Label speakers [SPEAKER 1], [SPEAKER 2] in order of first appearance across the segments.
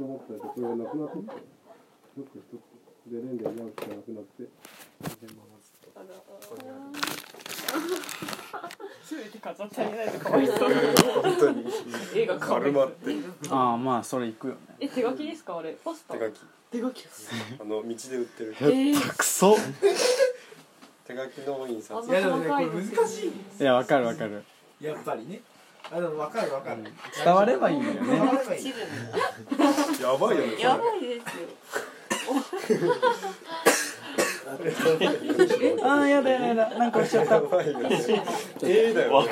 [SPEAKER 1] ってたけど、それがなくなってきて、よく一つでレンレンヤンクがなくなって、
[SPEAKER 2] すべて飾ってあげないとかわいそう。
[SPEAKER 3] 本当に
[SPEAKER 2] 絵が可愛
[SPEAKER 3] 丸
[SPEAKER 2] い
[SPEAKER 3] まって
[SPEAKER 4] ああまあそれ行くよね
[SPEAKER 2] え、手書きですかあれ。ポスター。
[SPEAKER 3] 手書き
[SPEAKER 2] 手書きです。
[SPEAKER 3] あの道で売ってる
[SPEAKER 4] へったくそ
[SPEAKER 3] 手書きの印刷
[SPEAKER 2] あ
[SPEAKER 5] いやでもねこれ難しい
[SPEAKER 4] いやわかるわかる
[SPEAKER 5] やっぱりねあでも分かる分かる
[SPEAKER 4] 伝わればいいんだよ
[SPEAKER 5] 伝
[SPEAKER 4] ね
[SPEAKER 5] わればいい
[SPEAKER 3] やばいよね
[SPEAKER 6] やばいですよ。
[SPEAKER 4] ああやだやだやだなんか押しちゃった
[SPEAKER 3] やばいよねえだよね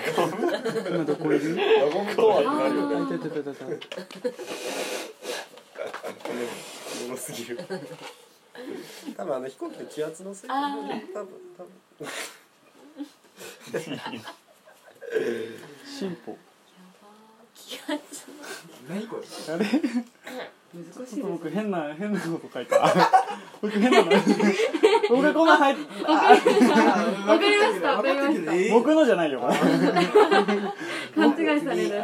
[SPEAKER 4] 今どこいる
[SPEAKER 3] 輪ゴムとはなるよね
[SPEAKER 4] あいたいたいたいた
[SPEAKER 3] ものすぎる多分あの飛行機の気圧のせい
[SPEAKER 6] あ
[SPEAKER 3] 多分多分
[SPEAKER 4] 進歩
[SPEAKER 6] 気圧
[SPEAKER 5] 何これ
[SPEAKER 4] あれ
[SPEAKER 6] 難し
[SPEAKER 4] ちょっ
[SPEAKER 6] い
[SPEAKER 4] と
[SPEAKER 6] で
[SPEAKER 4] 僕変な変なこと書いた僕変なの僕がこんな入っあ
[SPEAKER 5] わ
[SPEAKER 6] かりましたわかりました
[SPEAKER 4] 僕のじゃないよこれ
[SPEAKER 6] す。勘違いされる。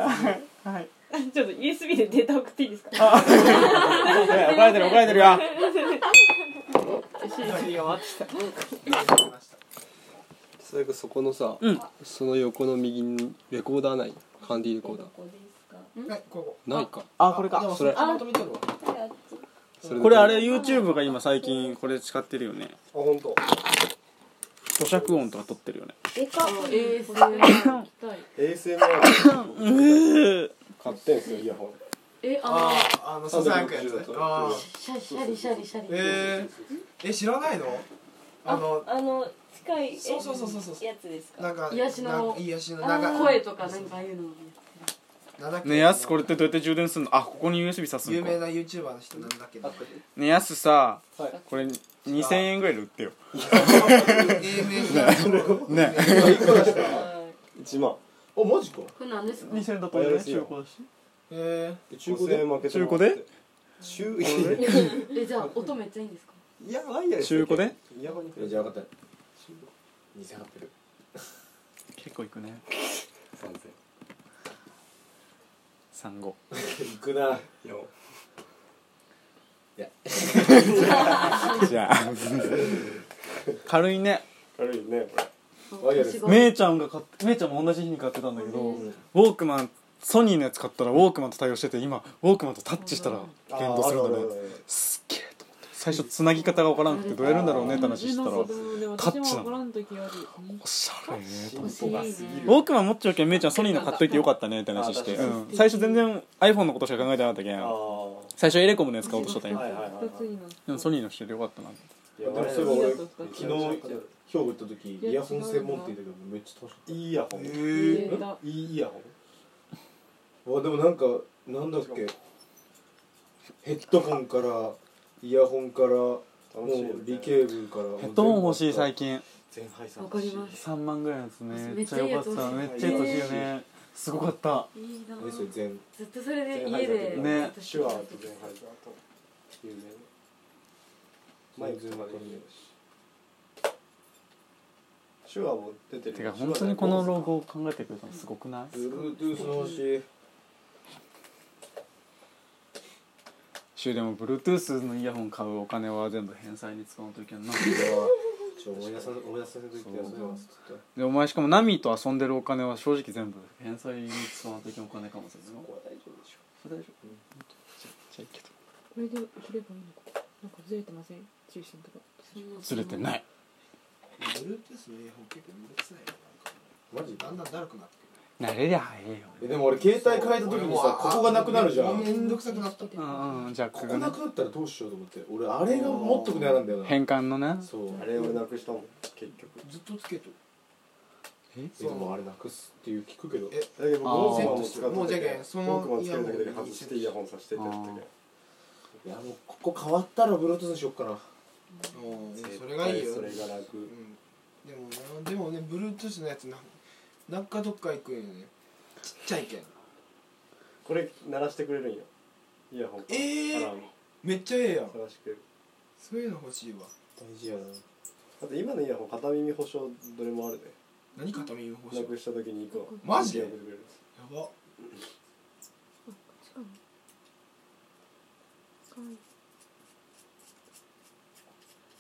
[SPEAKER 4] はい
[SPEAKER 2] ちょっと USB でデータ送っていいですか。
[SPEAKER 4] や怒られてる怒られてるよ
[SPEAKER 2] USB が回ってきた。
[SPEAKER 1] それがそこのさ、
[SPEAKER 4] うん
[SPEAKER 1] その横の右にレコーダーない、ハンディレコーダー。
[SPEAKER 5] はいこ
[SPEAKER 1] ないか。
[SPEAKER 4] あこれ
[SPEAKER 5] こで
[SPEAKER 4] か
[SPEAKER 5] もそれちゃんと見てるわあ
[SPEAKER 1] そ
[SPEAKER 4] これあれ YouTube が今最近これ使ってるよね
[SPEAKER 5] 本当。
[SPEAKER 4] 咀嚼音とか撮ってるよね
[SPEAKER 6] でかっ。ええ、す
[SPEAKER 3] ASMR 買ってんすよイヤホン
[SPEAKER 6] え、あ
[SPEAKER 5] ああのささやくやつ
[SPEAKER 3] 360度
[SPEAKER 5] あー
[SPEAKER 6] の、シャリシャリシャリシャリ。
[SPEAKER 5] えー、え知らないのあの
[SPEAKER 6] あの、近い。
[SPEAKER 5] そうそうそうそうそう
[SPEAKER 6] やつですか。
[SPEAKER 5] なんか
[SPEAKER 6] 癒しの
[SPEAKER 5] なんか癒しのなんか
[SPEAKER 6] 声とか、なんかああいうの。
[SPEAKER 5] なんだっけ
[SPEAKER 4] ねやすこれってどうやって充電するのあここに USB 挿す
[SPEAKER 5] 有
[SPEAKER 4] の
[SPEAKER 5] 名
[SPEAKER 4] か
[SPEAKER 5] な YouTuber の人なんだっけど
[SPEAKER 4] ねやすさ
[SPEAKER 3] はい
[SPEAKER 4] これ2000円ぐらいで売ってよ
[SPEAKER 5] AMF
[SPEAKER 4] ね
[SPEAKER 3] 1万
[SPEAKER 5] おマジか
[SPEAKER 6] これなんですか。
[SPEAKER 4] 2000円だ
[SPEAKER 3] とね中
[SPEAKER 4] 古だし
[SPEAKER 5] え
[SPEAKER 3] 中古で負けてもらって中
[SPEAKER 6] え、じゃ、あ音めっちゃいいんですか。
[SPEAKER 3] いやワイヤレス
[SPEAKER 4] 中古で
[SPEAKER 3] イヤホンに
[SPEAKER 7] えじゃあ分かった2800
[SPEAKER 4] 結構いくね
[SPEAKER 3] 3000
[SPEAKER 4] 35
[SPEAKER 7] いくな
[SPEAKER 3] よ
[SPEAKER 4] じゃあ軽いね
[SPEAKER 3] 軽いねこれ
[SPEAKER 4] めいちゃんが買ってめいちゃんも同じ日に買ってたんだけどウォークマンソニーのやつ買ったらウォークマンと対応してて今ウォークマンとタッチしたら連動するんだねすっげえと思って最初つなぎ方が分からんくてどうやるんだろうねって話してたらタッチなのおしゃれねと思って
[SPEAKER 6] しいね。
[SPEAKER 4] ウォークマン持っちゃうけんめいちゃんソニーの買っといてよかったねって話して、
[SPEAKER 3] あ確
[SPEAKER 4] うん最初全然 iPhone のことしか考えてなかったけ
[SPEAKER 3] あ
[SPEAKER 4] ん
[SPEAKER 3] あは
[SPEAKER 4] 最初エレコムのやつ買おうとしとったん
[SPEAKER 3] い
[SPEAKER 4] や
[SPEAKER 3] はいはいはい
[SPEAKER 4] でもソニーの人でよかったない
[SPEAKER 3] や俺そういえば
[SPEAKER 7] 昨日兵庫行った時イヤホン専門店だけどめっちゃ楽しかっ
[SPEAKER 3] 俺いいイヤホン
[SPEAKER 5] ー、え
[SPEAKER 3] ん
[SPEAKER 5] ー、
[SPEAKER 3] いいイヤホン
[SPEAKER 7] たわでもなんかなんだっけヘッドホンからイヤホンからもう
[SPEAKER 3] 楽しいよね
[SPEAKER 7] リケーブルから
[SPEAKER 4] ヘッドホン欲しい最近
[SPEAKER 3] 全敗さ
[SPEAKER 6] わかります。
[SPEAKER 4] 3万ぐらいのやつ
[SPEAKER 6] め
[SPEAKER 4] め
[SPEAKER 6] っ
[SPEAKER 4] っ
[SPEAKER 6] ち
[SPEAKER 4] ち
[SPEAKER 6] ゃ
[SPEAKER 4] ゃ
[SPEAKER 6] いい
[SPEAKER 4] よ
[SPEAKER 6] や
[SPEAKER 4] か
[SPEAKER 6] つ
[SPEAKER 4] っためっちゃいいやつ欲しいよねすごかった
[SPEAKER 6] いいな。
[SPEAKER 7] えそれ全
[SPEAKER 6] ずっとそれで家
[SPEAKER 3] 手話
[SPEAKER 4] ね
[SPEAKER 6] で。
[SPEAKER 3] と全敗さと有名なマイクまで有名だし手話も出てる
[SPEAKER 4] てか本当にこのロゴを考えてくれたのすごくない
[SPEAKER 7] Bluetooth の欲しい
[SPEAKER 4] シュウでも Bluetooth のイヤホン買うお金は全部返済に使わんといけんな
[SPEAKER 7] ちょ思い出さ思い出させといて
[SPEAKER 4] そう
[SPEAKER 7] それはちょっ
[SPEAKER 4] でお前しかもナミと遊んでるお金は正直全部返済に使わんといけんお金かもしれない
[SPEAKER 3] 大丈夫でしょ
[SPEAKER 4] それ大丈夫じゃあいいけど
[SPEAKER 8] これで送ればいいのかなんかずれてません中心とか
[SPEAKER 4] ずれて
[SPEAKER 6] い。
[SPEAKER 4] ない
[SPEAKER 5] Bluetooth のイヤホン結構めんどくさいよ
[SPEAKER 7] とマジ
[SPEAKER 5] だんだんだるくなってくる
[SPEAKER 4] 慣れりゃ早いよ
[SPEAKER 7] えでも俺携帯変えた時にさここがなくなるじゃん
[SPEAKER 5] めんどくさくなった
[SPEAKER 4] うんうんじゃあ
[SPEAKER 7] こ
[SPEAKER 4] こ
[SPEAKER 7] こ
[SPEAKER 4] こね
[SPEAKER 7] なくなったらどうしようと思って俺あれが持っとくの嫌なんだよな
[SPEAKER 4] 変換のね
[SPEAKER 7] そう
[SPEAKER 3] あれ俺なくしたもん結局
[SPEAKER 5] ずっとつけとる
[SPEAKER 4] え
[SPEAKER 7] えでもあれなくすっていう聞くけど
[SPEAKER 5] え
[SPEAKER 3] だけど
[SPEAKER 4] あ
[SPEAKER 3] 僕
[SPEAKER 4] ー
[SPEAKER 3] も使ってて
[SPEAKER 5] もうじゃけんその
[SPEAKER 3] 僕もつけるだけで外してイヤホンさせてってやったけど
[SPEAKER 7] いやもうここ変わったらブルートゥースにしよっかな
[SPEAKER 5] うんそれがいいよ
[SPEAKER 3] それが
[SPEAKER 5] う
[SPEAKER 3] 楽
[SPEAKER 5] んでもなでもね Bluetooth のやつななんかどっか行くんよねちっちゃいけん
[SPEAKER 3] これ鳴らしてくれるんよイヤホンから
[SPEAKER 5] えー
[SPEAKER 3] アラーム
[SPEAKER 5] めっちゃええやん
[SPEAKER 3] 鳴らしてくれる
[SPEAKER 5] そういうの欲しいわ
[SPEAKER 7] 大事やな
[SPEAKER 3] あと今のイヤホン片耳保証どれもあるね
[SPEAKER 5] 何片耳欲しい
[SPEAKER 3] な
[SPEAKER 5] や
[SPEAKER 3] くした時に行くわ
[SPEAKER 5] マジで
[SPEAKER 3] やってくれる
[SPEAKER 5] ば
[SPEAKER 8] い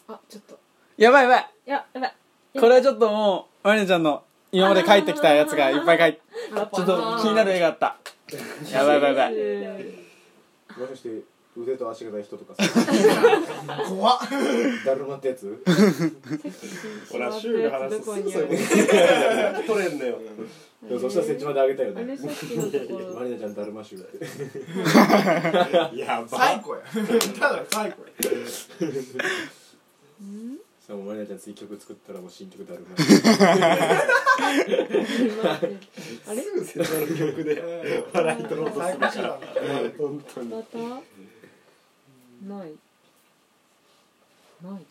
[SPEAKER 8] あちょっと
[SPEAKER 4] やばいやばい
[SPEAKER 2] ややばい
[SPEAKER 4] これはちょっともうまりなちゃんの今まで書いてきたやつがいっぱい書いてちょっと気になる絵があったやばいやばいやばい
[SPEAKER 7] もしかして腕と足がない人とか さ
[SPEAKER 5] 怖っ
[SPEAKER 7] だるまってやつ
[SPEAKER 3] ほらシューが話すとすぐそれ取れんのよ
[SPEAKER 7] でもそしたら設置まで上げたよ
[SPEAKER 8] あれ
[SPEAKER 7] ね
[SPEAKER 8] さっきのところ
[SPEAKER 7] マリナちゃんだるま臭って
[SPEAKER 3] やば
[SPEAKER 5] 最高や ただの最高や
[SPEAKER 7] しかもマリナちゃん次曲作ったらもう新曲だるま
[SPEAKER 8] あれ
[SPEAKER 3] すぐセタの曲で笑い取ろうとす
[SPEAKER 5] 最
[SPEAKER 3] る
[SPEAKER 5] 高手段だ
[SPEAKER 3] 本当に
[SPEAKER 8] またないない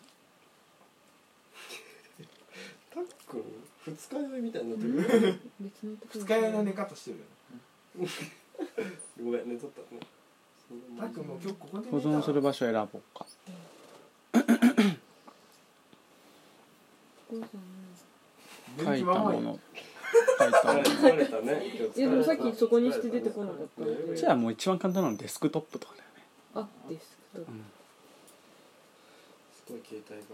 [SPEAKER 3] たっくん二日酔いみたいになってくる
[SPEAKER 8] 別のところ
[SPEAKER 5] 二日酔いの寝方してるよ
[SPEAKER 3] ごめん寝とったね
[SPEAKER 5] たっくんもう今日ここで
[SPEAKER 4] 保
[SPEAKER 5] 寝た
[SPEAKER 4] 存する場所選ぼうか
[SPEAKER 8] お父さん
[SPEAKER 4] 書
[SPEAKER 5] 元
[SPEAKER 4] い
[SPEAKER 5] 気
[SPEAKER 4] た
[SPEAKER 5] 満々
[SPEAKER 4] も
[SPEAKER 5] や
[SPEAKER 4] の書いたもの
[SPEAKER 3] 疲れたね今日疲れた
[SPEAKER 8] いやでもさっきそこにして出てこなかった
[SPEAKER 4] じゃあもう一番簡単なのデスクトップとかだよね
[SPEAKER 8] あデスクトップ
[SPEAKER 3] すごい携帯が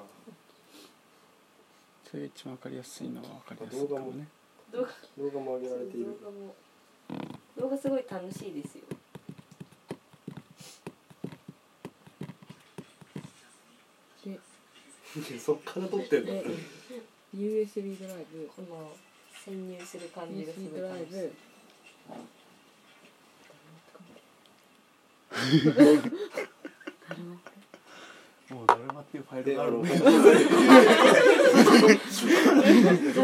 [SPEAKER 4] それが一番わかりやすいのはわかりやすいかもね
[SPEAKER 3] 動画も上げられている
[SPEAKER 6] 動画も動画すごい楽しいですよ
[SPEAKER 8] で
[SPEAKER 3] そっから撮ってんの
[SPEAKER 8] え USB ドライブ
[SPEAKER 6] この潜入する感じがす
[SPEAKER 8] USB
[SPEAKER 6] ごい
[SPEAKER 8] ドラ
[SPEAKER 6] 楽
[SPEAKER 8] イ
[SPEAKER 6] しい
[SPEAKER 8] ブ
[SPEAKER 4] もうだるまっていうファイル
[SPEAKER 3] であの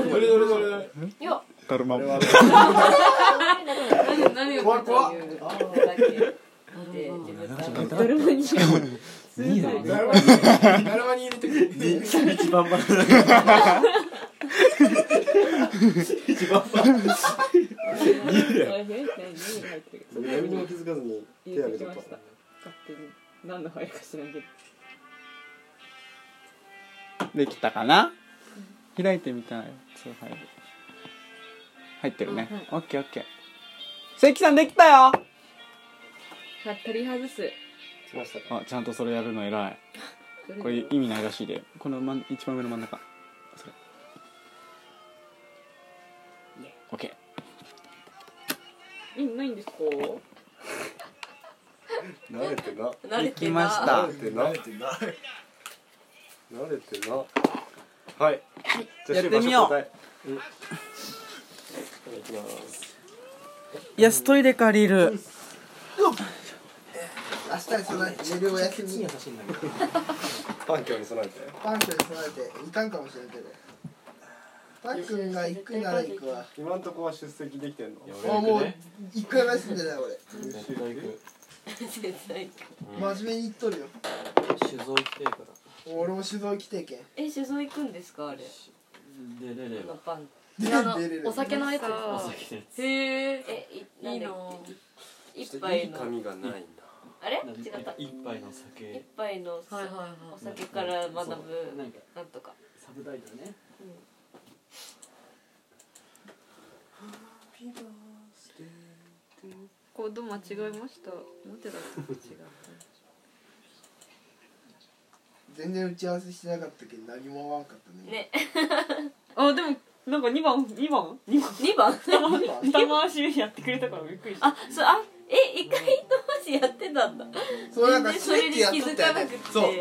[SPEAKER 5] どれどれどれどれ
[SPEAKER 6] よ
[SPEAKER 4] だるまも
[SPEAKER 6] っ何を
[SPEAKER 5] 怖い怖っ
[SPEAKER 6] だけで自分から
[SPEAKER 8] だるまにしかも
[SPEAKER 4] 見えないね
[SPEAKER 5] だるまにだるまに入れてくる
[SPEAKER 4] 一番バ
[SPEAKER 3] 何にも気づかずに手あげとった
[SPEAKER 8] 勝手に何のファイルか知らんけど
[SPEAKER 4] できたかな開いてみたいそうファイル入ってるね
[SPEAKER 8] あはい
[SPEAKER 4] オッケーオッケー関さんできたよ
[SPEAKER 8] は取り外す
[SPEAKER 3] 来ましたか
[SPEAKER 4] あちゃんとそれやるの偉い
[SPEAKER 8] どれ
[SPEAKER 4] これ意味ないらしいでこの、まん、一番上の真ん中それオッケー
[SPEAKER 8] えないんですか
[SPEAKER 3] 慣れてな
[SPEAKER 6] 慣れて
[SPEAKER 4] できました
[SPEAKER 3] 慣れてな慣れてな慣れてなはい
[SPEAKER 4] やってみよ
[SPEAKER 3] じゃあ
[SPEAKER 4] う
[SPEAKER 3] シュウ場所答えうんいただきます
[SPEAKER 4] いやストイレ借りる
[SPEAKER 5] 明日に備えて寝るお休み
[SPEAKER 3] 環境に備えて
[SPEAKER 5] パンクに備えていかんかもしれんけどパン君が行くなら行くわ
[SPEAKER 3] 今んとこは出席できてんの
[SPEAKER 5] あもう一回も休んでない俺
[SPEAKER 6] 絶対
[SPEAKER 5] 真面目に言っとるよ
[SPEAKER 9] 酒造行きたいか
[SPEAKER 5] 俺も酒造来てけん
[SPEAKER 6] え酒造行くんですかあれ
[SPEAKER 9] らでねね
[SPEAKER 6] あのパン
[SPEAKER 5] 出
[SPEAKER 6] あの
[SPEAKER 5] れる
[SPEAKER 6] お酒のやつで
[SPEAKER 9] お
[SPEAKER 6] すか
[SPEAKER 9] 酒のやつ
[SPEAKER 6] へえいいいの一杯の
[SPEAKER 3] 髪がないんだ
[SPEAKER 6] あれ
[SPEAKER 9] なん
[SPEAKER 6] 違った
[SPEAKER 9] か一杯の
[SPEAKER 6] 一
[SPEAKER 9] 酒
[SPEAKER 6] 杯の
[SPEAKER 8] はいはいは
[SPEAKER 6] お酒から学ぶ
[SPEAKER 9] なんか
[SPEAKER 6] なんとか
[SPEAKER 9] サブタイトルね
[SPEAKER 8] コード間違えました思ってたと違
[SPEAKER 5] 全然打ち合わせしてなかったけど何も合わんかったね
[SPEAKER 6] ね
[SPEAKER 2] あでもなんか二番二番二番
[SPEAKER 6] 二番
[SPEAKER 2] 二回し目やってくれたからびっくりした
[SPEAKER 6] あそうあえ一回同士やってたんだ
[SPEAKER 5] そうなんかし
[SPEAKER 6] 全然そ
[SPEAKER 5] れ
[SPEAKER 6] れ
[SPEAKER 5] っ
[SPEAKER 6] に
[SPEAKER 5] てやっ
[SPEAKER 6] 気
[SPEAKER 5] とっ
[SPEAKER 6] づ
[SPEAKER 5] た
[SPEAKER 6] か
[SPEAKER 5] よ
[SPEAKER 6] な
[SPEAKER 5] ね
[SPEAKER 6] くて
[SPEAKER 5] そう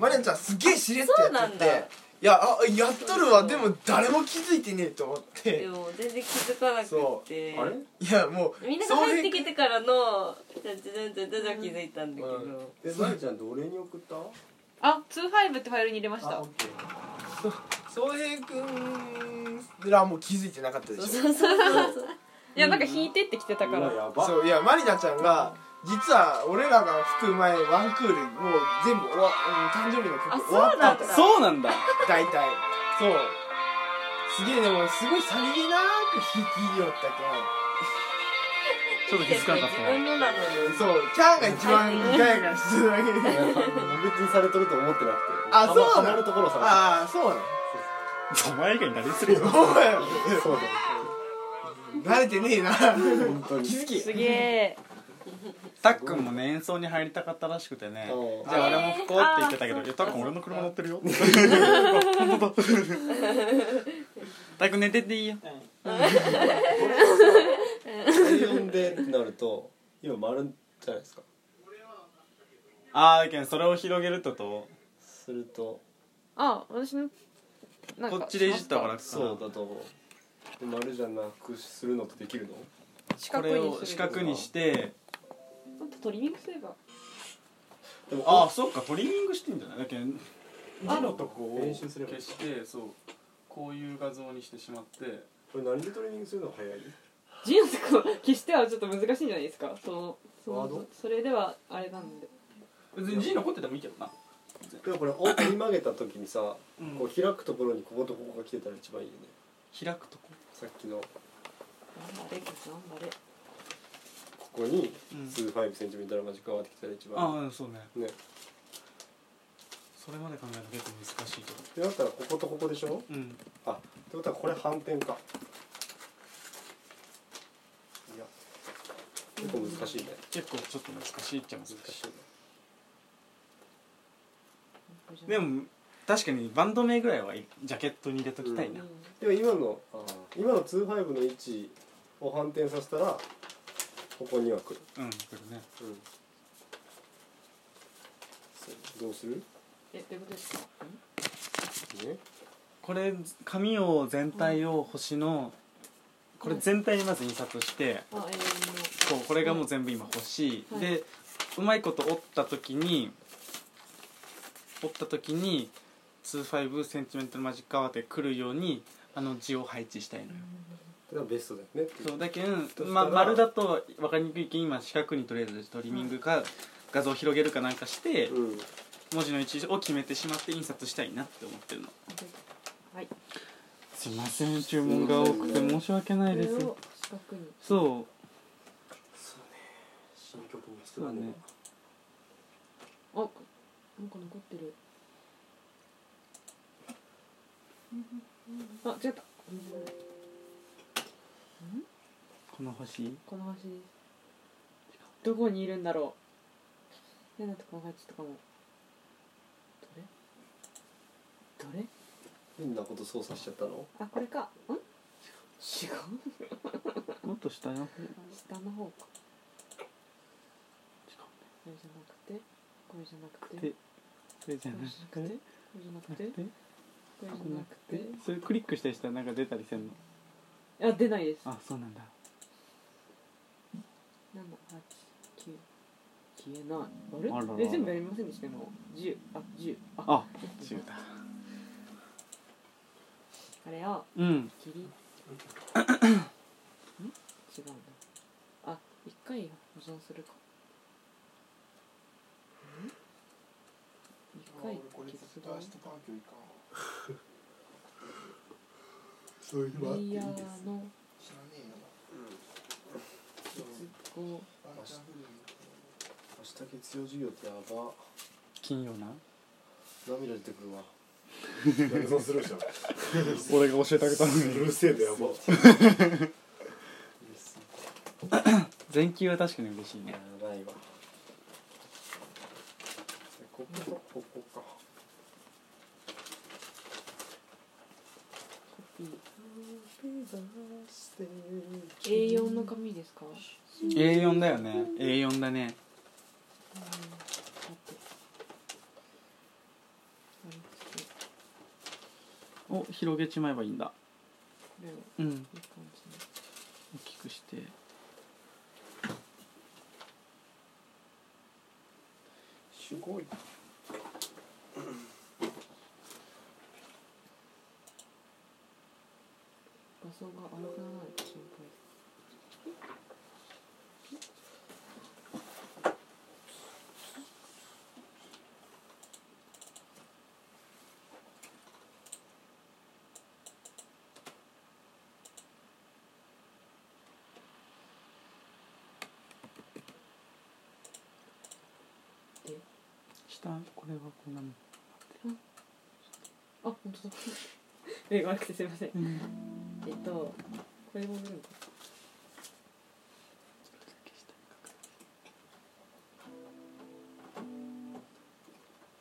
[SPEAKER 5] マリアちゃんすげえしれっとや
[SPEAKER 6] そうな
[SPEAKER 5] っとっ
[SPEAKER 6] ん
[SPEAKER 5] て
[SPEAKER 6] だ
[SPEAKER 5] いやあやっとるわでも誰も気づいてねえと思っ
[SPEAKER 6] で
[SPEAKER 5] て
[SPEAKER 6] も全然気づかなくて
[SPEAKER 3] あれ
[SPEAKER 5] いやもう
[SPEAKER 6] みんなが入ってきてからのじゃじゃじゃじゃじゃ気づいたんだけど、
[SPEAKER 5] うん
[SPEAKER 3] え、まゆちゃんって俺に送った
[SPEAKER 2] あツーファイブってファイルに入れました
[SPEAKER 3] あ、オッケー
[SPEAKER 5] そうへいくんらもう気づいてなかったでしょ
[SPEAKER 6] そうそうそうそう
[SPEAKER 2] いやなんか引いてってきてたか
[SPEAKER 3] う
[SPEAKER 2] ら
[SPEAKER 3] わやば
[SPEAKER 5] そういやマリナちゃんが実は俺らが吹く前ワンクールもう全部終わ、うん、誕生日の
[SPEAKER 6] あ
[SPEAKER 5] 曲終わ
[SPEAKER 6] そ
[SPEAKER 5] っ
[SPEAKER 6] うな
[SPEAKER 5] た
[SPEAKER 6] んだ
[SPEAKER 4] そうなんだ
[SPEAKER 5] 大体そうすげえでもすごいさりげなく弾きよったけ
[SPEAKER 4] ちょっと気づかなかっ
[SPEAKER 6] 自分のなの
[SPEAKER 5] んそうキャンが一番ガヤガヤしてるだけで
[SPEAKER 3] 別にされとると思ってなくて
[SPEAKER 5] あ
[SPEAKER 3] たま
[SPEAKER 5] そうなの
[SPEAKER 3] たまるところをさ
[SPEAKER 5] ああそうなの
[SPEAKER 4] たお前以外に誰するよ
[SPEAKER 5] お前
[SPEAKER 3] れてるそうだ
[SPEAKER 5] 慣れてねえな
[SPEAKER 3] 本当に
[SPEAKER 5] 気づき
[SPEAKER 2] すげえ
[SPEAKER 4] たっくんもね演奏に入りたかったらしくてね
[SPEAKER 7] あ
[SPEAKER 4] じゃあ俺も吹こうって言ってたけど
[SPEAKER 6] あー
[SPEAKER 4] いや「たっくん俺の車乗ってるよ」 たっくん寝てていいよ
[SPEAKER 3] 4でってなると今丸じゃないですか
[SPEAKER 4] ああけんそれを広げるとと
[SPEAKER 3] すると
[SPEAKER 2] あ私のなんか
[SPEAKER 4] こっちでいじった方が楽かな
[SPEAKER 3] そうだと思う丸じゃなくするのってできるの
[SPEAKER 2] 四
[SPEAKER 4] こ
[SPEAKER 2] 角
[SPEAKER 4] れ
[SPEAKER 2] いに
[SPEAKER 4] を
[SPEAKER 2] す
[SPEAKER 4] 四
[SPEAKER 2] る
[SPEAKER 4] 角にして
[SPEAKER 2] もっとトリミングすれば
[SPEAKER 3] でも
[SPEAKER 4] ああそっかトリミングしてんじゃないだけん字のとこを
[SPEAKER 3] 編集すればいい
[SPEAKER 4] 消してそうこういう画像にしてしまって
[SPEAKER 3] これ何でトレーニングするのが早い
[SPEAKER 2] ジンス君消してはちょっと難しいんじゃないですかそのそ
[SPEAKER 3] ワー
[SPEAKER 2] の
[SPEAKER 3] ド
[SPEAKER 2] それではあれなんで
[SPEAKER 4] 別に字残っててもいいけどな
[SPEAKER 3] でもこれ折り曲げた時にさ、こう開くところにこことここが来てたら一番いいよね
[SPEAKER 4] 開くとこ
[SPEAKER 3] さっきの
[SPEAKER 2] 頑張れ頑張れ
[SPEAKER 3] ここに
[SPEAKER 4] うん
[SPEAKER 3] 数 5cm のマジックが上がってきたら一番いい、
[SPEAKER 4] ああそうね
[SPEAKER 3] ね
[SPEAKER 4] それまで考えると結構難しいけ
[SPEAKER 3] っ
[SPEAKER 4] ど
[SPEAKER 3] てなったらこことここでしょ
[SPEAKER 4] うん
[SPEAKER 3] あってことはこれ反転かいや結構難しいね
[SPEAKER 4] 結構ちょっと難しいっちゃ難し
[SPEAKER 3] 難し
[SPEAKER 4] い
[SPEAKER 3] いね
[SPEAKER 4] でも確かにバンド名ぐらいはいジャケットに入れときたいな、
[SPEAKER 3] でも今のあー今の2-5の位置を反転させたらここには来る、
[SPEAKER 4] うん、これね
[SPEAKER 3] うん、そうどうする
[SPEAKER 2] えどういうことですか
[SPEAKER 3] ね
[SPEAKER 4] これ紙を全体を星のこれ全体にまず印刷して
[SPEAKER 2] あえー、
[SPEAKER 4] こうこれがもう全部今星
[SPEAKER 2] はい
[SPEAKER 4] でうまいこと折った時に折った時に 25cm マジックアワーで来るようにあの字を配置したいのよ
[SPEAKER 3] それがベストだよねっていう
[SPEAKER 4] そうだけん、
[SPEAKER 3] したら
[SPEAKER 4] ま、丸だと分かりにくいけん今四角にとりあえずトリミングか画像を広げるかなんかして、
[SPEAKER 3] うん
[SPEAKER 4] 文字の位置を決めてしまって印刷したいなって思ってるの
[SPEAKER 2] はい
[SPEAKER 4] すいません注文が多くて申し訳な
[SPEAKER 8] こ
[SPEAKER 4] いで
[SPEAKER 8] れ
[SPEAKER 4] す
[SPEAKER 8] を四角に
[SPEAKER 4] そ
[SPEAKER 3] 新曲にし
[SPEAKER 4] うだね
[SPEAKER 8] あなんか残ってる
[SPEAKER 2] あ違った
[SPEAKER 4] この星
[SPEAKER 8] この端どこにいるんだろう変なとこ考えちゃったかもどれどれ
[SPEAKER 3] 変なこと操作しちゃったの
[SPEAKER 2] あこれかん
[SPEAKER 8] 違う
[SPEAKER 4] もっと下よ
[SPEAKER 8] 下の方かこれじゃなくてこれじゃなくて
[SPEAKER 4] でそれじゃ
[SPEAKER 8] これ
[SPEAKER 4] な
[SPEAKER 8] じゃなく
[SPEAKER 4] く
[SPEAKER 8] て
[SPEAKER 4] て
[SPEAKER 8] これじゃなく
[SPEAKER 4] なく
[SPEAKER 8] て
[SPEAKER 4] て
[SPEAKER 8] これじゃなくて
[SPEAKER 4] それクリックしたりしたらなんか出たりせんの
[SPEAKER 8] あ出ないです
[SPEAKER 4] あそうなんだ
[SPEAKER 8] 七八九消えないあ
[SPEAKER 4] あ
[SPEAKER 8] れ
[SPEAKER 4] らら
[SPEAKER 8] え全部やりませんでした今十あ十あ
[SPEAKER 4] あ違うだ
[SPEAKER 8] あれを
[SPEAKER 4] うん
[SPEAKER 8] 切 りん違うなあ一回保存するかん一
[SPEAKER 5] 俺
[SPEAKER 8] 回
[SPEAKER 5] これ
[SPEAKER 8] 消
[SPEAKER 5] 絶
[SPEAKER 8] す
[SPEAKER 5] 対
[SPEAKER 8] ぞ
[SPEAKER 5] 明日パン教行かん
[SPEAKER 7] そういう
[SPEAKER 8] プレイヤーの
[SPEAKER 5] 知らねえよ
[SPEAKER 8] こう
[SPEAKER 5] ワンチャンフル
[SPEAKER 3] 明日月曜授業ってやば
[SPEAKER 4] 金曜な
[SPEAKER 3] 涙出てくるわ
[SPEAKER 7] 何 そうするでしょ
[SPEAKER 4] 俺が教えてあげたの
[SPEAKER 7] うるせえでやば
[SPEAKER 4] 全球は確かに嬉しいね
[SPEAKER 3] やばいわこことここか
[SPEAKER 8] コピー A4 の紙ですか
[SPEAKER 4] A4 だよね A4 だね
[SPEAKER 8] 待ってあれちょっと
[SPEAKER 4] を広げちまえばいいんだ
[SPEAKER 8] これをい
[SPEAKER 4] う
[SPEAKER 8] い
[SPEAKER 4] ん
[SPEAKER 8] 感じに
[SPEAKER 4] 大きくして
[SPEAKER 3] すごい
[SPEAKER 8] 画像が荒くならないか心配
[SPEAKER 4] 下これはこうなの
[SPEAKER 8] あ、本当だ。 目が悪くてすいません。
[SPEAKER 4] うん
[SPEAKER 8] えっと、これも見るのか。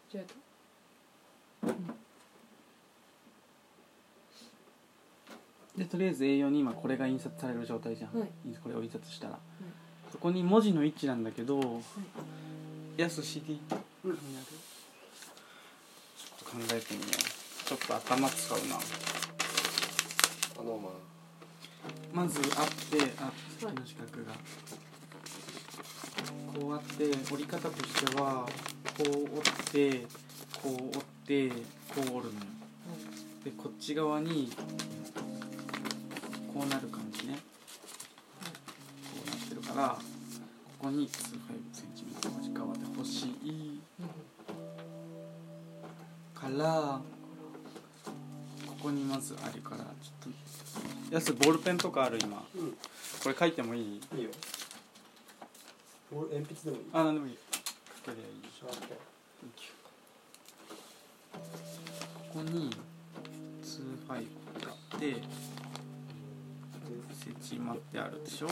[SPEAKER 8] じゃあ
[SPEAKER 4] でとりあえず A4 に今これが印刷される状態じゃん、
[SPEAKER 8] はい
[SPEAKER 4] これを印刷したら、そこに文字の位置なんだけど、やす CD 紙あるちょっと考えてみようちょっと頭使うな
[SPEAKER 3] あのまあ
[SPEAKER 4] まずあってあさっきの四角が、こうあって折り方としてはこう折ってこう折ってこう折るのよ、でこっち側にこうなる感じね、こうなってるからここに数 5cm の内側で欲しい、からここにまずあるからちょっとやすボールペンとかある今、
[SPEAKER 3] うん
[SPEAKER 4] これ書いてもいい
[SPEAKER 3] いいよ俺鉛筆でもいい
[SPEAKER 4] あ何でもいい書けりゃいい
[SPEAKER 3] シャーペン
[SPEAKER 4] ここにツーファイブがあって設置待ってあるでしょ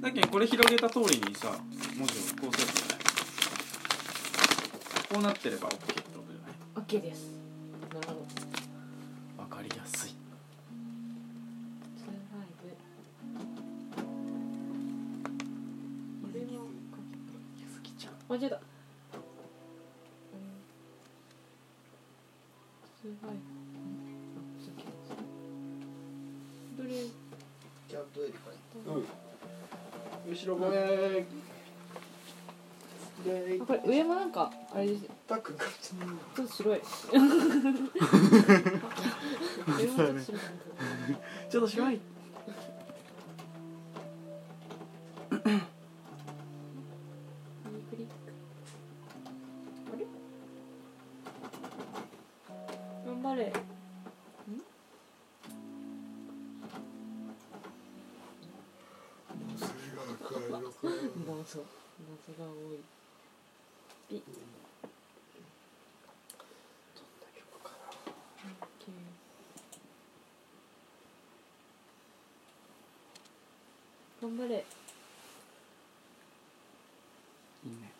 [SPEAKER 4] だけどこれ広げた通りにさ文字をこうするじゃないこうなってれば OK ってことじゃない
[SPEAKER 8] オッケーですなるほど
[SPEAKER 4] わかりやすい
[SPEAKER 8] ツーファイブこれも
[SPEAKER 4] ゆずきちゃん
[SPEAKER 8] 間違えたツーファイブどれ
[SPEAKER 5] キャットエリカ
[SPEAKER 3] 後ろごめんで
[SPEAKER 8] あこれ上もなんかあれですよ
[SPEAKER 3] タックが
[SPEAKER 8] ちょっと白い 上もちょっと白い
[SPEAKER 4] ちょっと白い
[SPEAKER 8] 右クリックあれ頑張れん謎謎が多いピどんな曲かな頑張れ
[SPEAKER 4] いいね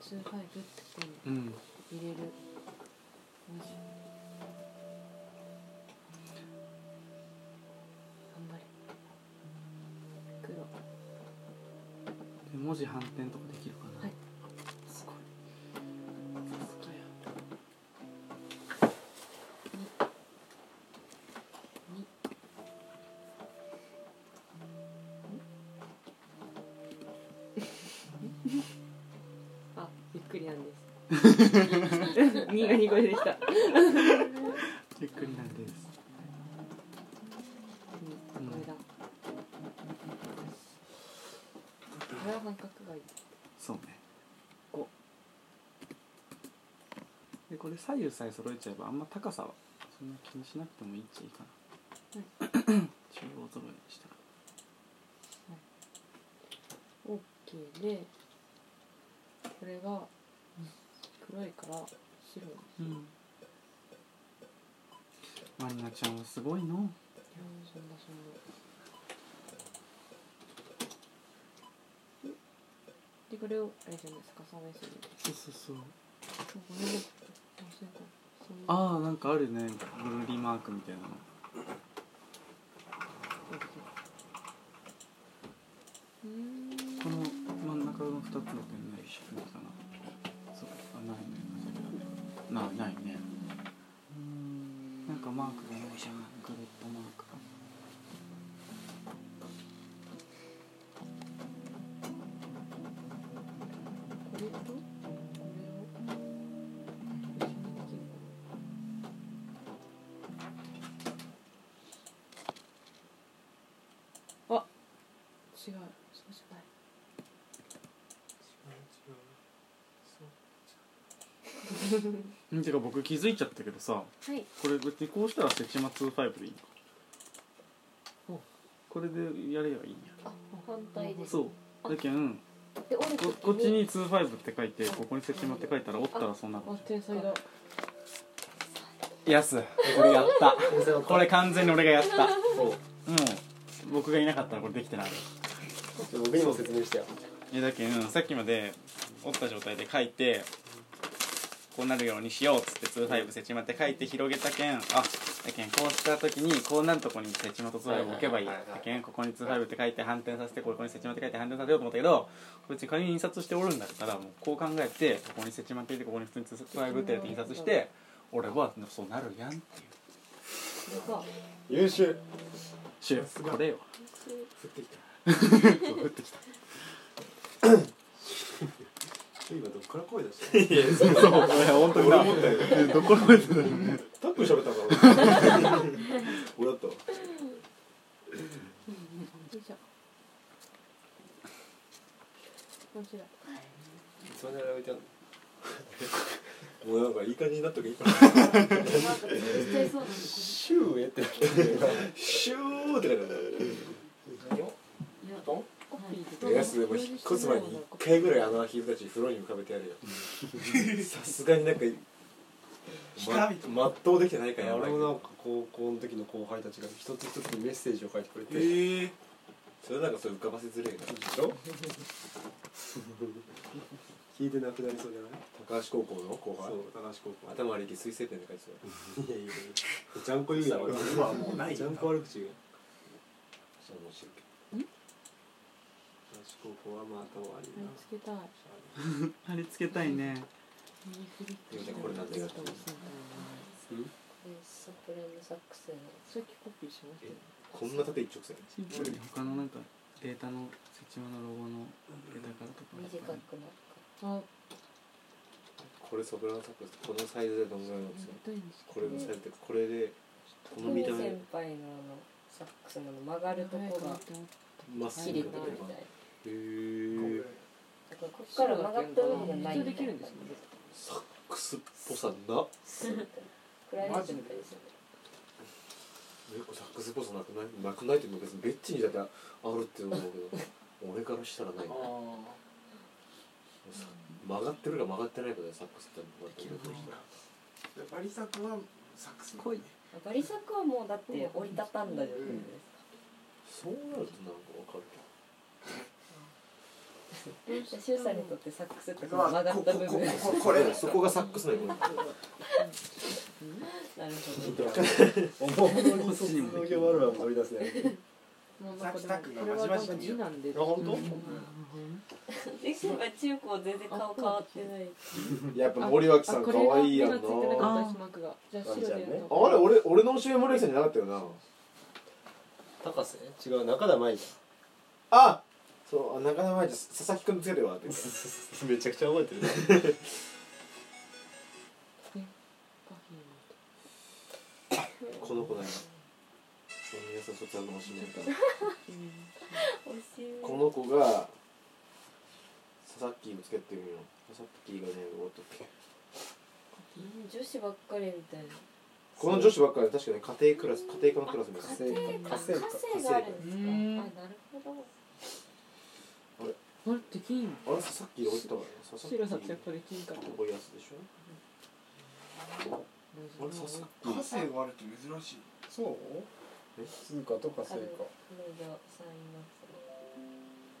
[SPEAKER 8] ツーファイブってここに
[SPEAKER 4] うん
[SPEAKER 8] 入れる文字頑張れ黒
[SPEAKER 4] で文字反転とかできるかな、
[SPEAKER 8] はい
[SPEAKER 4] すごい
[SPEAKER 8] あゆっくりなんですニがニ声でした
[SPEAKER 4] ゆっくりなんです
[SPEAKER 8] にこれだこれは半角がいい
[SPEAKER 4] そうねこうでこれ左右さえ揃えちゃえばあんま高さはそんな気にしなくてもいいっちゃいいかな、中央揃えにしたら
[SPEAKER 8] OK でこれが黒いから白い
[SPEAKER 4] うんまりなちゃんはすごいの
[SPEAKER 8] いやそんなそんなでこれをあれじゃないですか逆さまにする
[SPEAKER 4] そうそうそう
[SPEAKER 8] そうごめんねあそうかそういう
[SPEAKER 4] ああなんかあるねブルーリマークみたいなの
[SPEAKER 8] うーん
[SPEAKER 4] この真ん中の2つの点ないし無理かなそうあないねないないねなんかマークがないじゃんグレットマークが
[SPEAKER 8] これとこれを一緒にできるかなあ違うそうじゃない
[SPEAKER 4] うんてか僕気づいちゃったけどさ
[SPEAKER 8] はい
[SPEAKER 4] これ別にこうしたらセチマ2ファイブでいいのか
[SPEAKER 8] お
[SPEAKER 4] これでやればいいんや
[SPEAKER 8] あ反対です
[SPEAKER 4] そうだけん
[SPEAKER 8] で折る時
[SPEAKER 4] こ
[SPEAKER 8] に
[SPEAKER 4] こっちに25って書いてここに設置もって書いたら折ったらそんな
[SPEAKER 8] あ天才だ
[SPEAKER 4] やす俺 やったこれ完全に俺がやったもう僕がいなかったらこれできてない
[SPEAKER 3] 僕にも説明してよ
[SPEAKER 4] えだけどさっきまで折った状態で書いてこうなるようにしようっつって25設置まって書いて広げたけんあだけんこうした時にこうなるとこに設置まと25置けばいいだけんここに25って書いて反転させてここに設置まって書いて反転させようと思ったけど別に仮に印刷しておるんだったらもうこう考えてここに設置まっていてここに普通に25ってやって印刷して俺はそうなるやんっていう
[SPEAKER 8] それが
[SPEAKER 3] 優秀
[SPEAKER 4] シュこれよ
[SPEAKER 7] 今どっから声出したの
[SPEAKER 4] そう本当に
[SPEAKER 7] 俺
[SPEAKER 4] な
[SPEAKER 7] 思ったよ
[SPEAKER 4] どこまでだろう
[SPEAKER 7] タックル喋ったから 俺だったわ
[SPEAKER 8] よいしょ面白い
[SPEAKER 3] それなら置いてある
[SPEAKER 7] もうなんかいい感じになったけど今
[SPEAKER 8] 捨てそうな
[SPEAKER 3] シューエってなって
[SPEAKER 7] シューってなるんだ
[SPEAKER 8] コピーで
[SPEAKER 7] よやすでも引っ越す前に1回ぐらいあのアヒルたち風呂に浮かべてやるよさすがになんか
[SPEAKER 5] 光と
[SPEAKER 7] ま全うできてないからやば
[SPEAKER 3] 俺
[SPEAKER 7] い
[SPEAKER 3] もなんか高校の時の後輩たちが一つ一つにメッセージを書いてくれて、
[SPEAKER 5] ええ
[SPEAKER 7] それなんかそれ浮かばせづらいな
[SPEAKER 3] でしょ聞いてなくなりそうじゃない
[SPEAKER 7] 高橋高校の後輩
[SPEAKER 3] そう高橋高校
[SPEAKER 7] 頭悪いき水星ペンで書いてたよ
[SPEAKER 3] いやいやいやジャンコ言うやろ
[SPEAKER 9] 今はもうない
[SPEAKER 3] ジ
[SPEAKER 9] よ
[SPEAKER 3] ャンコ悪口言う
[SPEAKER 7] そう面白いけ
[SPEAKER 3] 高橋高校はまあ頭悪い
[SPEAKER 8] 見
[SPEAKER 3] な
[SPEAKER 8] つけたい
[SPEAKER 4] 貼り付けたいね
[SPEAKER 8] 右フリップ
[SPEAKER 7] どこれなんだよ
[SPEAKER 6] ソプラノサックスの
[SPEAKER 8] さっきコピーしましたよ
[SPEAKER 7] こんな縦一直線
[SPEAKER 4] シンプルに他のなんかデータの設置のロゴのデータからとかやっ
[SPEAKER 6] 短く
[SPEAKER 4] ぱ
[SPEAKER 6] な
[SPEAKER 4] り
[SPEAKER 6] る
[SPEAKER 8] あ
[SPEAKER 7] これソプラノサックスこのサイズでどんぐらいなんですよ
[SPEAKER 8] どういう
[SPEAKER 7] これのサイズでこれでこの見た目
[SPEAKER 6] 先輩のサックスの曲がるとこが
[SPEAKER 7] まっす
[SPEAKER 6] 切
[SPEAKER 7] ぐ
[SPEAKER 6] れ
[SPEAKER 7] に
[SPEAKER 6] て
[SPEAKER 7] なっ
[SPEAKER 6] る
[SPEAKER 7] てる
[SPEAKER 6] みたい
[SPEAKER 7] へー
[SPEAKER 6] だからこっから曲がったわけじゃない
[SPEAKER 8] できるんですかね
[SPEAKER 7] サックスっぽさな
[SPEAKER 6] クライネットみたいですよね
[SPEAKER 7] えこれサックスっぽさなくないなくないっていうのは別にベッチにだってあるって思うけど 俺からしたらない
[SPEAKER 5] あ
[SPEAKER 7] さ曲がってるか曲がってないかだよサックスって思ってる
[SPEAKER 5] あバリサクはサックス
[SPEAKER 8] 濃い
[SPEAKER 6] バリサックはもうだって折りたたんだじゃないですか
[SPEAKER 7] そうなるとなんかわかるけど
[SPEAKER 6] シュウさんにとってサックスってこの曲がった部分なるほ
[SPEAKER 7] これそこがサックスなのよ
[SPEAKER 6] ど
[SPEAKER 3] お もむろに卒業業あるわ飛び出すね
[SPEAKER 8] もう
[SPEAKER 5] サ
[SPEAKER 8] なん
[SPEAKER 5] ク
[SPEAKER 8] か
[SPEAKER 5] サ
[SPEAKER 8] で
[SPEAKER 5] ク
[SPEAKER 8] も
[SPEAKER 5] が
[SPEAKER 8] これはなんか字なんで
[SPEAKER 3] あ本当
[SPEAKER 6] え先輩中高全然顔変わってない
[SPEAKER 7] やっぱ森脇さん可愛いやんな
[SPEAKER 8] あこれが手がついてなかったですマークがじゃあ
[SPEAKER 3] あ
[SPEAKER 8] 白
[SPEAKER 3] じゃあ
[SPEAKER 8] で
[SPEAKER 3] ね
[SPEAKER 8] やる
[SPEAKER 7] あれ俺俺の教え森脇さんじゃなかったよな
[SPEAKER 3] 高瀬違う中田 舞じ
[SPEAKER 7] あそうあ中田前じゃ佐々木くんつけてよって
[SPEAKER 3] ゃんめちゃくちゃ覚えてる
[SPEAKER 7] この子だよ皆さんそっちの教え森
[SPEAKER 6] おしい
[SPEAKER 7] この子が佐々木をつけてみよう佐々木がね終わったっけ
[SPEAKER 6] 女子ばっかりみたいな
[SPEAKER 7] この女子ばっかり確かね家庭クラス家庭科のクラスみたいな
[SPEAKER 3] 家庭科
[SPEAKER 6] あ
[SPEAKER 3] 家庭科
[SPEAKER 6] 家政があるんですか
[SPEAKER 5] うん
[SPEAKER 6] あなるほ
[SPEAKER 8] あ
[SPEAKER 6] ど
[SPEAKER 8] れできんの
[SPEAKER 7] あれ佐々木置いてたわよ佐
[SPEAKER 8] 白さ
[SPEAKER 7] 々
[SPEAKER 8] んっ
[SPEAKER 7] 木
[SPEAKER 8] てこれできんかった
[SPEAKER 7] こういうやつでしょあれ佐々木
[SPEAKER 5] 個性があるって珍しい
[SPEAKER 3] そう
[SPEAKER 7] え
[SPEAKER 3] 鈴鹿とか聖火
[SPEAKER 6] ある農業さんいますね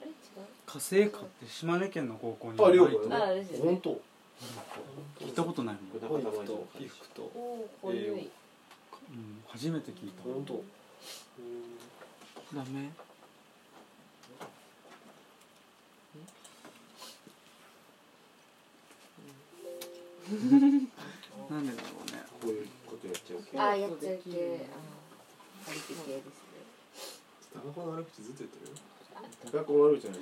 [SPEAKER 6] あれ違う
[SPEAKER 4] 火星科って島根県の高校に
[SPEAKER 7] あ
[SPEAKER 4] ない
[SPEAKER 7] 両
[SPEAKER 4] と
[SPEAKER 7] 方だね
[SPEAKER 6] ああれですよね
[SPEAKER 3] 当
[SPEAKER 4] 聞いたことないもん、
[SPEAKER 7] 中
[SPEAKER 3] 衣
[SPEAKER 7] 田
[SPEAKER 3] 服
[SPEAKER 7] 舞
[SPEAKER 3] と
[SPEAKER 7] と
[SPEAKER 3] 衣服と
[SPEAKER 6] おおこういう
[SPEAKER 4] うん、初めて聞い
[SPEAKER 3] 本
[SPEAKER 4] た
[SPEAKER 3] 当
[SPEAKER 4] ダメなんでだろうね
[SPEAKER 7] こういうことやっちゃうけ
[SPEAKER 6] ああやっちゃう系ああ張り手系ですね
[SPEAKER 3] 高校の悪口ずっと言ってるよ
[SPEAKER 7] ど学校悪いじゃない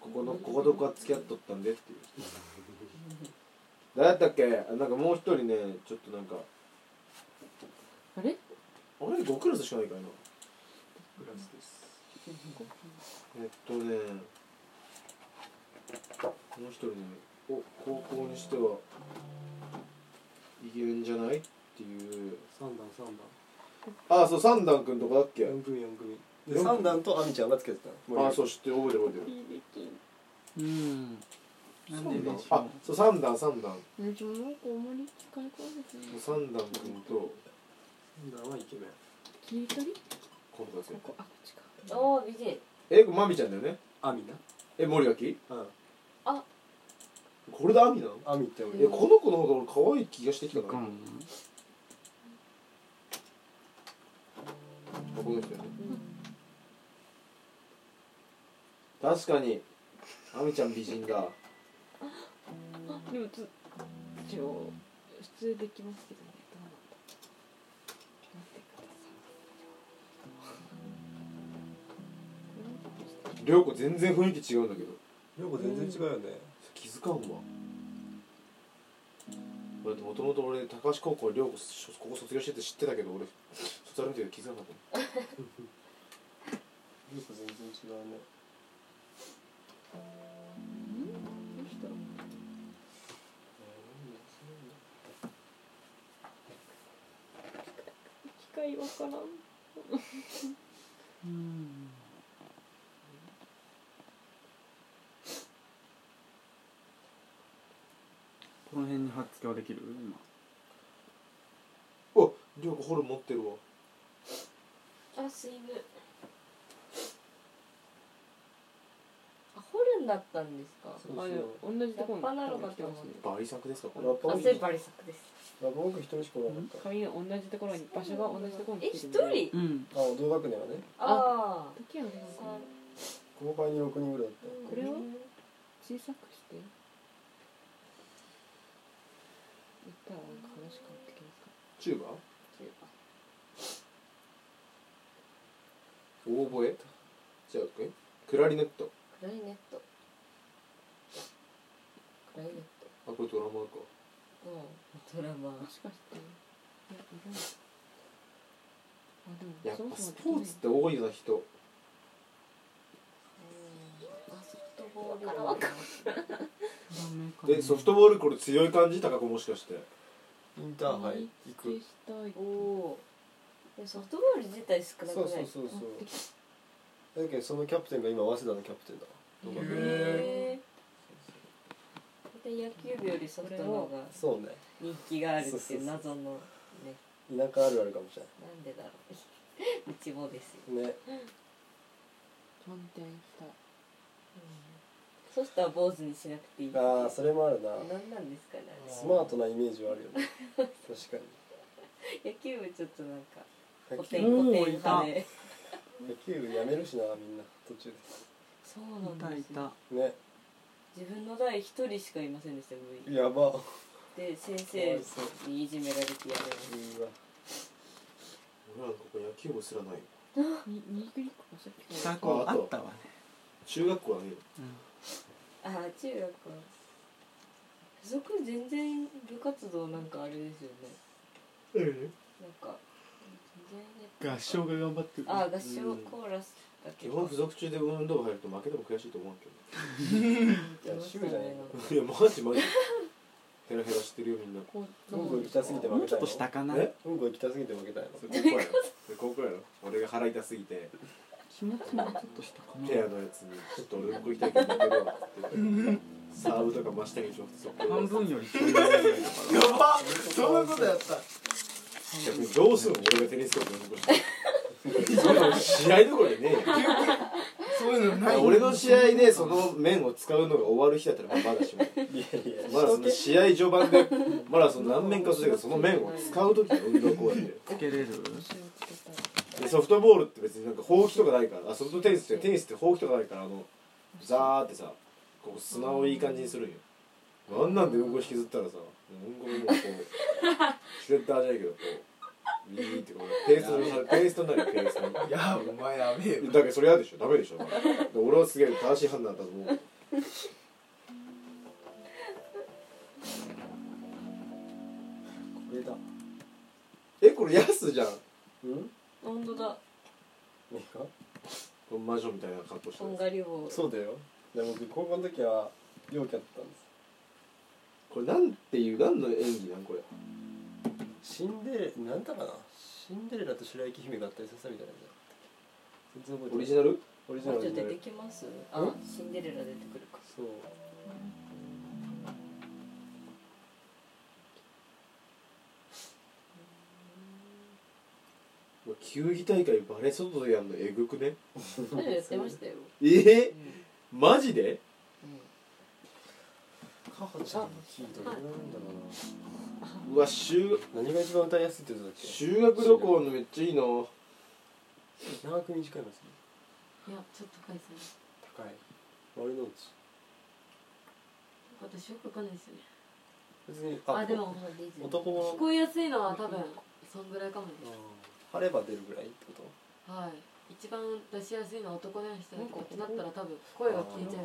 [SPEAKER 7] ここのこことここは付き合っとったんでっ ていう誰だったっけなんかもう一人ねちょっとなんか
[SPEAKER 8] あれ
[SPEAKER 7] あれ5クラスしかないからな
[SPEAKER 3] クラスです
[SPEAKER 7] えっとねもう一人ねお高校にしてはイケメンじゃないっていう
[SPEAKER 3] 三段三段
[SPEAKER 7] ああそう三段君とかだっけ
[SPEAKER 3] 四組四組
[SPEAKER 7] 四組
[SPEAKER 3] で三段と亜美ちゃんがつけてたの
[SPEAKER 7] ああそう知ってる覚えてる覚えてる
[SPEAKER 6] いいでき
[SPEAKER 4] う
[SPEAKER 6] ん
[SPEAKER 4] んなんででしょ
[SPEAKER 7] あそう三段三段
[SPEAKER 8] うんでもなんかあんまり使い込んでない
[SPEAKER 7] 三段君と
[SPEAKER 3] 段はイケメン
[SPEAKER 8] 切り取り
[SPEAKER 7] 今度は
[SPEAKER 8] ここあこっちか
[SPEAKER 6] おー美人
[SPEAKER 7] えこれマミちゃんだよね
[SPEAKER 3] アミな
[SPEAKER 7] え森脇
[SPEAKER 3] うん
[SPEAKER 7] これでアミなの
[SPEAKER 3] アミって俺
[SPEAKER 7] えこの子の方が俺可愛い気がしてきたから
[SPEAKER 4] う
[SPEAKER 7] あ
[SPEAKER 4] ん
[SPEAKER 7] この人ね
[SPEAKER 6] うん
[SPEAKER 7] 確かにアミちゃん美人だ
[SPEAKER 8] でもつ一応普通できますけどねどうなんだ待ってください
[SPEAKER 7] 涼子全然雰囲気違うんだけど
[SPEAKER 3] 涼子全然違うよね
[SPEAKER 7] 気づかんわ俺もともと俺高橋高校涼子しここ卒業してて知ってたけど俺卒アル見てる時気づかなかった
[SPEAKER 3] 涼子全然違うね
[SPEAKER 8] どうした機械わからん
[SPEAKER 4] この辺に発狂できる今
[SPEAKER 7] お涼子ホルン持ってるわ
[SPEAKER 6] あスイブあ掘るんだったんですか
[SPEAKER 3] そう
[SPEAKER 8] あ
[SPEAKER 3] そう
[SPEAKER 8] でも同じとこに
[SPEAKER 6] ラッパなのかと思って
[SPEAKER 7] バリ作ですかこれ
[SPEAKER 3] ラッパ
[SPEAKER 6] あ
[SPEAKER 3] 多い
[SPEAKER 6] それバリ作です
[SPEAKER 3] ラッパ僕一人しかおらなかっ
[SPEAKER 8] 髪の同じところに場所が同じところに
[SPEAKER 6] え
[SPEAKER 8] 来
[SPEAKER 6] 一
[SPEAKER 8] てる
[SPEAKER 6] 人
[SPEAKER 4] うん
[SPEAKER 3] たあ同学年はね
[SPEAKER 6] ああ
[SPEAKER 8] 時はね
[SPEAKER 6] 三
[SPEAKER 3] 後輩に6人ぐらいだった
[SPEAKER 8] これを
[SPEAKER 6] うん
[SPEAKER 8] 小さくして言ったらなんか話変わってきますか
[SPEAKER 7] チューバー
[SPEAKER 8] っていうか
[SPEAKER 7] オーボエじゃあえクラリネット
[SPEAKER 6] クライネットクライネット
[SPEAKER 7] あこれドラマーか
[SPEAKER 6] うんドラマ
[SPEAKER 8] もしかしていやいろいろあで
[SPEAKER 7] やっ
[SPEAKER 8] も
[SPEAKER 7] ぱ
[SPEAKER 8] そ
[SPEAKER 7] ス
[SPEAKER 8] もそ
[SPEAKER 7] ポ
[SPEAKER 8] も
[SPEAKER 7] ーツって多いよな人
[SPEAKER 6] あソフトボールわかんない
[SPEAKER 7] でソフトボールこれ強い感じ高子もしかして
[SPEAKER 3] インターハイ行く
[SPEAKER 8] したい
[SPEAKER 6] おおーでソフトボール自体少なく
[SPEAKER 3] そ
[SPEAKER 6] な
[SPEAKER 3] う
[SPEAKER 6] い
[SPEAKER 3] そうそうそうだけどそのキャプテンが今早稲田のキャプテンだ
[SPEAKER 6] へえ野球部よりソフトの方が
[SPEAKER 3] そうね
[SPEAKER 6] 人気があるっていう謎のね
[SPEAKER 3] 田舎あるあるかもしれ
[SPEAKER 6] なんでだろ ううちもですよ、
[SPEAKER 3] ないね
[SPEAKER 8] ちゃんてんしたい
[SPEAKER 6] そしたら坊主にしなくていいっていう
[SPEAKER 3] ああそれもあるな
[SPEAKER 6] 何なんですかねあれ
[SPEAKER 3] スマートなイメージはあるよね確か
[SPEAKER 6] 野球部ちょっとなんか
[SPEAKER 3] に
[SPEAKER 6] コ
[SPEAKER 3] 野
[SPEAKER 6] テ
[SPEAKER 3] 球
[SPEAKER 6] ンコテン派で
[SPEAKER 3] 野球部やめるしなみんな途中
[SPEAKER 6] そうなん
[SPEAKER 2] たい
[SPEAKER 6] ですよ
[SPEAKER 2] た
[SPEAKER 3] でね
[SPEAKER 6] 自分の代一人しかいませんでした部員
[SPEAKER 3] やばう
[SPEAKER 6] で先生にいじめられてやめました
[SPEAKER 3] ーわ
[SPEAKER 7] 俺らのここ野球部すらないよ
[SPEAKER 8] に握りっこがさっきから
[SPEAKER 4] 下校あったわね
[SPEAKER 7] 中学校はね
[SPEAKER 6] ああ中学は付属全然部活動なんかあれですよねなんか全然
[SPEAKER 4] 合唱が頑張ってる
[SPEAKER 6] ああ合唱コーラスだけ
[SPEAKER 7] 基本付属中で運動部入ると負けても悔しいと思うけ
[SPEAKER 3] いや主婦じゃない
[SPEAKER 6] なんか
[SPEAKER 7] どいやマジマジヘラヘラしてるよみんな
[SPEAKER 8] こう
[SPEAKER 3] うんこ行きたすぎて負
[SPEAKER 4] もう
[SPEAKER 3] け
[SPEAKER 4] ち
[SPEAKER 3] たい
[SPEAKER 4] ょっと下
[SPEAKER 3] の
[SPEAKER 4] かな
[SPEAKER 7] え
[SPEAKER 3] うんこ行きたすぎて負けたいの
[SPEAKER 7] それ高校やろそれ高校やろ俺が腹痛すぎて
[SPEAKER 4] 気持ちもちょっと下か
[SPEAKER 7] ペア
[SPEAKER 4] な
[SPEAKER 7] のやつにちょっと俺うんこ痛いから負けろって言ってサーブとか真下にちょっとそこ
[SPEAKER 4] 半分より下ぐらいだから
[SPEAKER 5] やばそんなことやった
[SPEAKER 7] 逆にどうするの俺がテニスコートにうんこして試合どころでねえよ
[SPEAKER 5] そういうのない
[SPEAKER 7] 俺の試合でその面を使うのが終わる日だったらまあまだしも
[SPEAKER 3] いやいや
[SPEAKER 7] まだその試合序盤でまだその何面かするけどその面を使う時の運動公園
[SPEAKER 4] つけれる
[SPEAKER 8] 腰をつけたい
[SPEAKER 7] ででソフトボールって別になんかほうきとかないからあソフトテニスってテニスってほうきとかないからあのザーってさここ砂をいい感じにするんよなんなんでうんこ引きずったらさうんこももうこうシュレッダーじゃないけどこうビーってこうペーストになるペーストになるよペーストに
[SPEAKER 5] いやお前やべえよ
[SPEAKER 7] だけどそれ嫌でしょダメでしょだから俺はすげえ正しい判断だと思う
[SPEAKER 3] これだ
[SPEAKER 7] えこれヤスじゃん
[SPEAKER 3] うん
[SPEAKER 6] 本当だ
[SPEAKER 3] 何か
[SPEAKER 7] この魔女みたいな格好して
[SPEAKER 6] と
[SPEAKER 7] る
[SPEAKER 6] んがり棒
[SPEAKER 3] そうだよで僕高校の時は陽キャだったんで
[SPEAKER 7] これなんていう何の演技なんこれ
[SPEAKER 3] すシンデレなんだかなシンデレラと白雪姫が合体させたみたいなやつだったっけ全然覚えてない
[SPEAKER 7] オリジナル俺じゃ
[SPEAKER 6] 魔
[SPEAKER 7] な
[SPEAKER 6] 女
[SPEAKER 7] い
[SPEAKER 6] 出てきますあシンデレラ出てくるか
[SPEAKER 7] そううわ球技大会バレ外でやんのえぐくね
[SPEAKER 6] 魔女やってましたよ
[SPEAKER 7] ええマジで
[SPEAKER 3] 母ちゃんのキーどれぐらいなんだろ
[SPEAKER 7] うわ修
[SPEAKER 3] うな何が一番歌いやすいって言ってたっ
[SPEAKER 7] 修学旅行のめっちゃいいな
[SPEAKER 3] け長く短いのですね
[SPEAKER 6] いやちょっと高いですね
[SPEAKER 3] 高い俺のうち
[SPEAKER 6] 私よくわかんないですよね
[SPEAKER 3] 別に
[SPEAKER 6] あでも
[SPEAKER 3] 男物
[SPEAKER 6] 聞こえやすいのは多分そんぐらいかもね
[SPEAKER 3] 晴れば出るぐらいってこと
[SPEAKER 6] はい一番出しやすいのは男の人だけどってなったら多分声が消えちゃう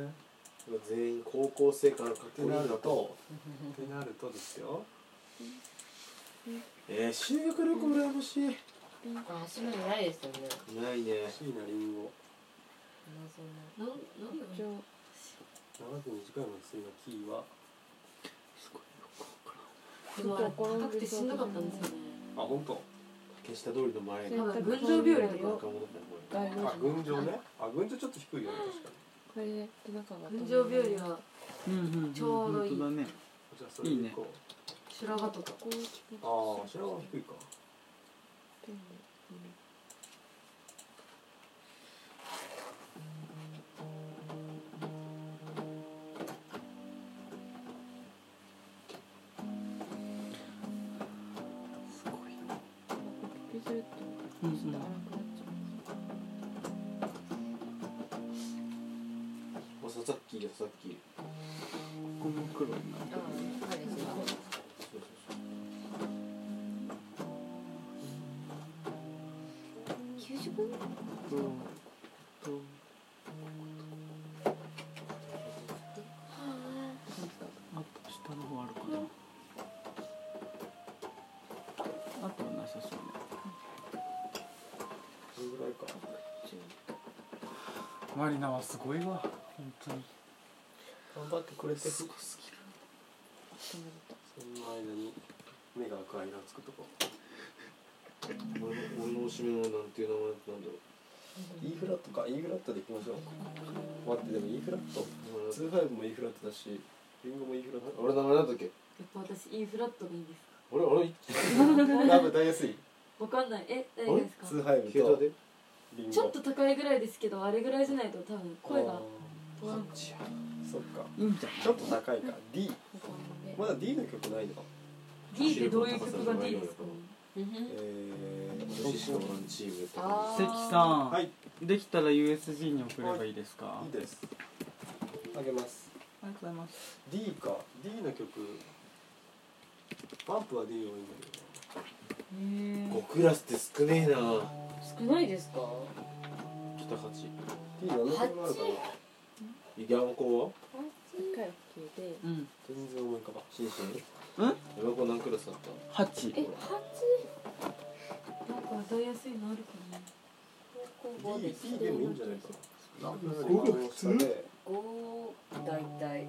[SPEAKER 3] あーなる
[SPEAKER 7] 全員高校生からかっこい
[SPEAKER 3] ほ
[SPEAKER 7] い
[SPEAKER 3] どね
[SPEAKER 7] な
[SPEAKER 3] ってなる
[SPEAKER 7] と
[SPEAKER 3] とってなるとですよ
[SPEAKER 7] えー、修学旅行羨ましい
[SPEAKER 6] あ足のないですよね
[SPEAKER 7] ないね
[SPEAKER 3] 椎名林檎
[SPEAKER 6] なんなんだろう
[SPEAKER 3] 長く短いのですのキーは
[SPEAKER 6] でもあれ高くてしんどかったんですよね
[SPEAKER 3] あ本当。
[SPEAKER 7] 竹下通りの前に
[SPEAKER 6] 多
[SPEAKER 7] なんか
[SPEAKER 6] 分群青日和とか
[SPEAKER 7] 戻ったねこれ
[SPEAKER 3] あ群青ねあ群青ちょっと低いよね確かに
[SPEAKER 8] これで中が
[SPEAKER 6] 群青日和は
[SPEAKER 4] うんうんうん
[SPEAKER 6] ちょうどいい
[SPEAKER 4] 本当だね
[SPEAKER 3] じゃあそれでこう
[SPEAKER 6] 修羅場とか
[SPEAKER 8] こう来て
[SPEAKER 3] ああ白は低いか
[SPEAKER 8] ペンでコピーするとちょっと荒くなっちゃう
[SPEAKER 7] お佐々木佐々木
[SPEAKER 4] ここも黒いな
[SPEAKER 6] ああ彼氏が
[SPEAKER 7] そうそうそう
[SPEAKER 6] 給食
[SPEAKER 4] あと下の方あるかなあとはなさそうね
[SPEAKER 3] それぐらいか
[SPEAKER 4] マリナはすごいわ本当に
[SPEAKER 3] 頑張ってくれてすごすぎるそんな間に目が開く間を作っとこう
[SPEAKER 7] 俺の俺のおしめのなんていう名前だったんだろ
[SPEAKER 3] E フラットか E フラットでいきましょう待ってでも E フラット
[SPEAKER 7] う名前だっ
[SPEAKER 3] 2-5も E フラットだしリンゴも E フラッ
[SPEAKER 7] た俺の名前なんだっけ
[SPEAKER 6] やっぱ私インフラットでいいですか
[SPEAKER 7] 俺俺
[SPEAKER 3] ト ラブ歌いやすい
[SPEAKER 6] わかんないえ何がですか
[SPEAKER 3] 2-5
[SPEAKER 7] 携
[SPEAKER 3] と
[SPEAKER 7] 帯で
[SPEAKER 3] リンゴ
[SPEAKER 6] ちょっと高いぐらいですけどあれぐらいじゃないと多分声
[SPEAKER 3] あ
[SPEAKER 6] が
[SPEAKER 3] ー
[SPEAKER 6] 通らん
[SPEAKER 3] そっか
[SPEAKER 4] いいんじゃ
[SPEAKER 3] ちょっと高いか D まだ D の曲ないのか
[SPEAKER 6] D ってどういう曲が D ですか
[SPEAKER 3] えー
[SPEAKER 7] 女子のワンチームだった
[SPEAKER 4] 関さん、
[SPEAKER 3] はい
[SPEAKER 4] できたら USG に送ればいいですか、
[SPEAKER 3] いいですあげます
[SPEAKER 4] ありがとうございます
[SPEAKER 3] D か D の曲バンプは D 多いんだけど
[SPEAKER 7] 5クラスって少ねえな
[SPEAKER 6] 少ないですか
[SPEAKER 7] 北八
[SPEAKER 3] D 何の曲もあるかな
[SPEAKER 7] 山子は
[SPEAKER 8] 一回は消えて
[SPEAKER 4] うん
[SPEAKER 3] 全然思い浮かばん
[SPEAKER 7] 心身
[SPEAKER 4] うん
[SPEAKER 7] 山子何クラスだった
[SPEAKER 4] 8
[SPEAKER 6] えなんか歌いやすいのあるかな
[SPEAKER 3] D, D でもいいんじゃないかな
[SPEAKER 5] ごく普通
[SPEAKER 3] で
[SPEAKER 6] 五だいたい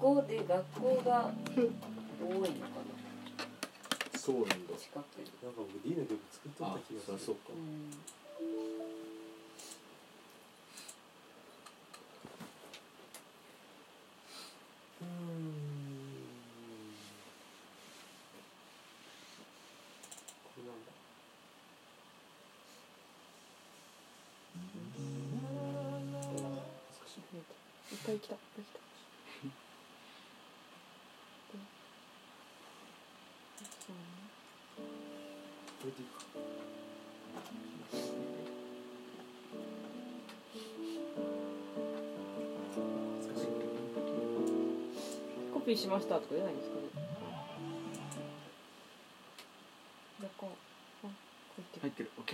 [SPEAKER 6] 五で学校が多いのか
[SPEAKER 7] そうなんだ
[SPEAKER 6] な近くに
[SPEAKER 3] なんか僕 D の曲作っとった気
[SPEAKER 7] そり
[SPEAKER 3] が
[SPEAKER 7] ゃ
[SPEAKER 3] す
[SPEAKER 7] そ
[SPEAKER 3] る
[SPEAKER 7] うか
[SPEAKER 6] うん
[SPEAKER 3] これなんだ
[SPEAKER 8] いっぱい来たいっぱい来た
[SPEAKER 3] これでいいか懐かしい
[SPEAKER 8] コピーしましたとか出ないんですかね。どこ。あ、こうやって
[SPEAKER 4] 入ってる OK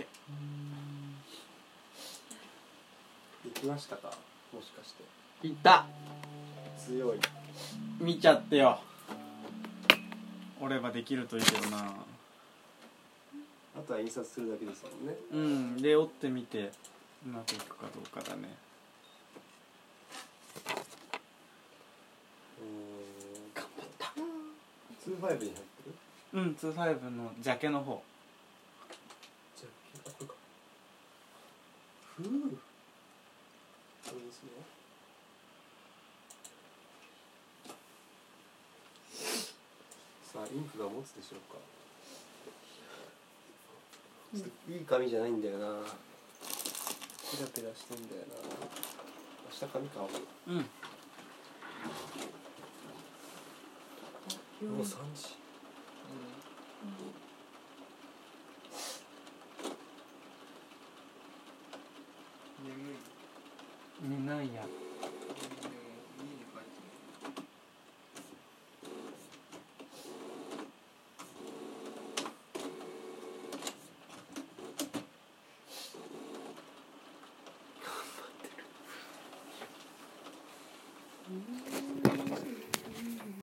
[SPEAKER 3] できましたかもしかして
[SPEAKER 4] いった
[SPEAKER 3] 強い
[SPEAKER 4] 見ちゃってよ折ればできるといいけどな
[SPEAKER 3] あとは印刷するだけですもんね
[SPEAKER 4] うんで折ってみてうまくいくかどうかだね
[SPEAKER 3] 頑張った2-5に入ってる
[SPEAKER 4] うん2-5のジャケの方
[SPEAKER 3] じゃああこれかインクが持つでしょうかちょっといい紙じゃないんだよなペラペラしてんだよな明日紙買おう
[SPEAKER 4] うん
[SPEAKER 3] もう3時
[SPEAKER 5] 眠い
[SPEAKER 4] 見ないや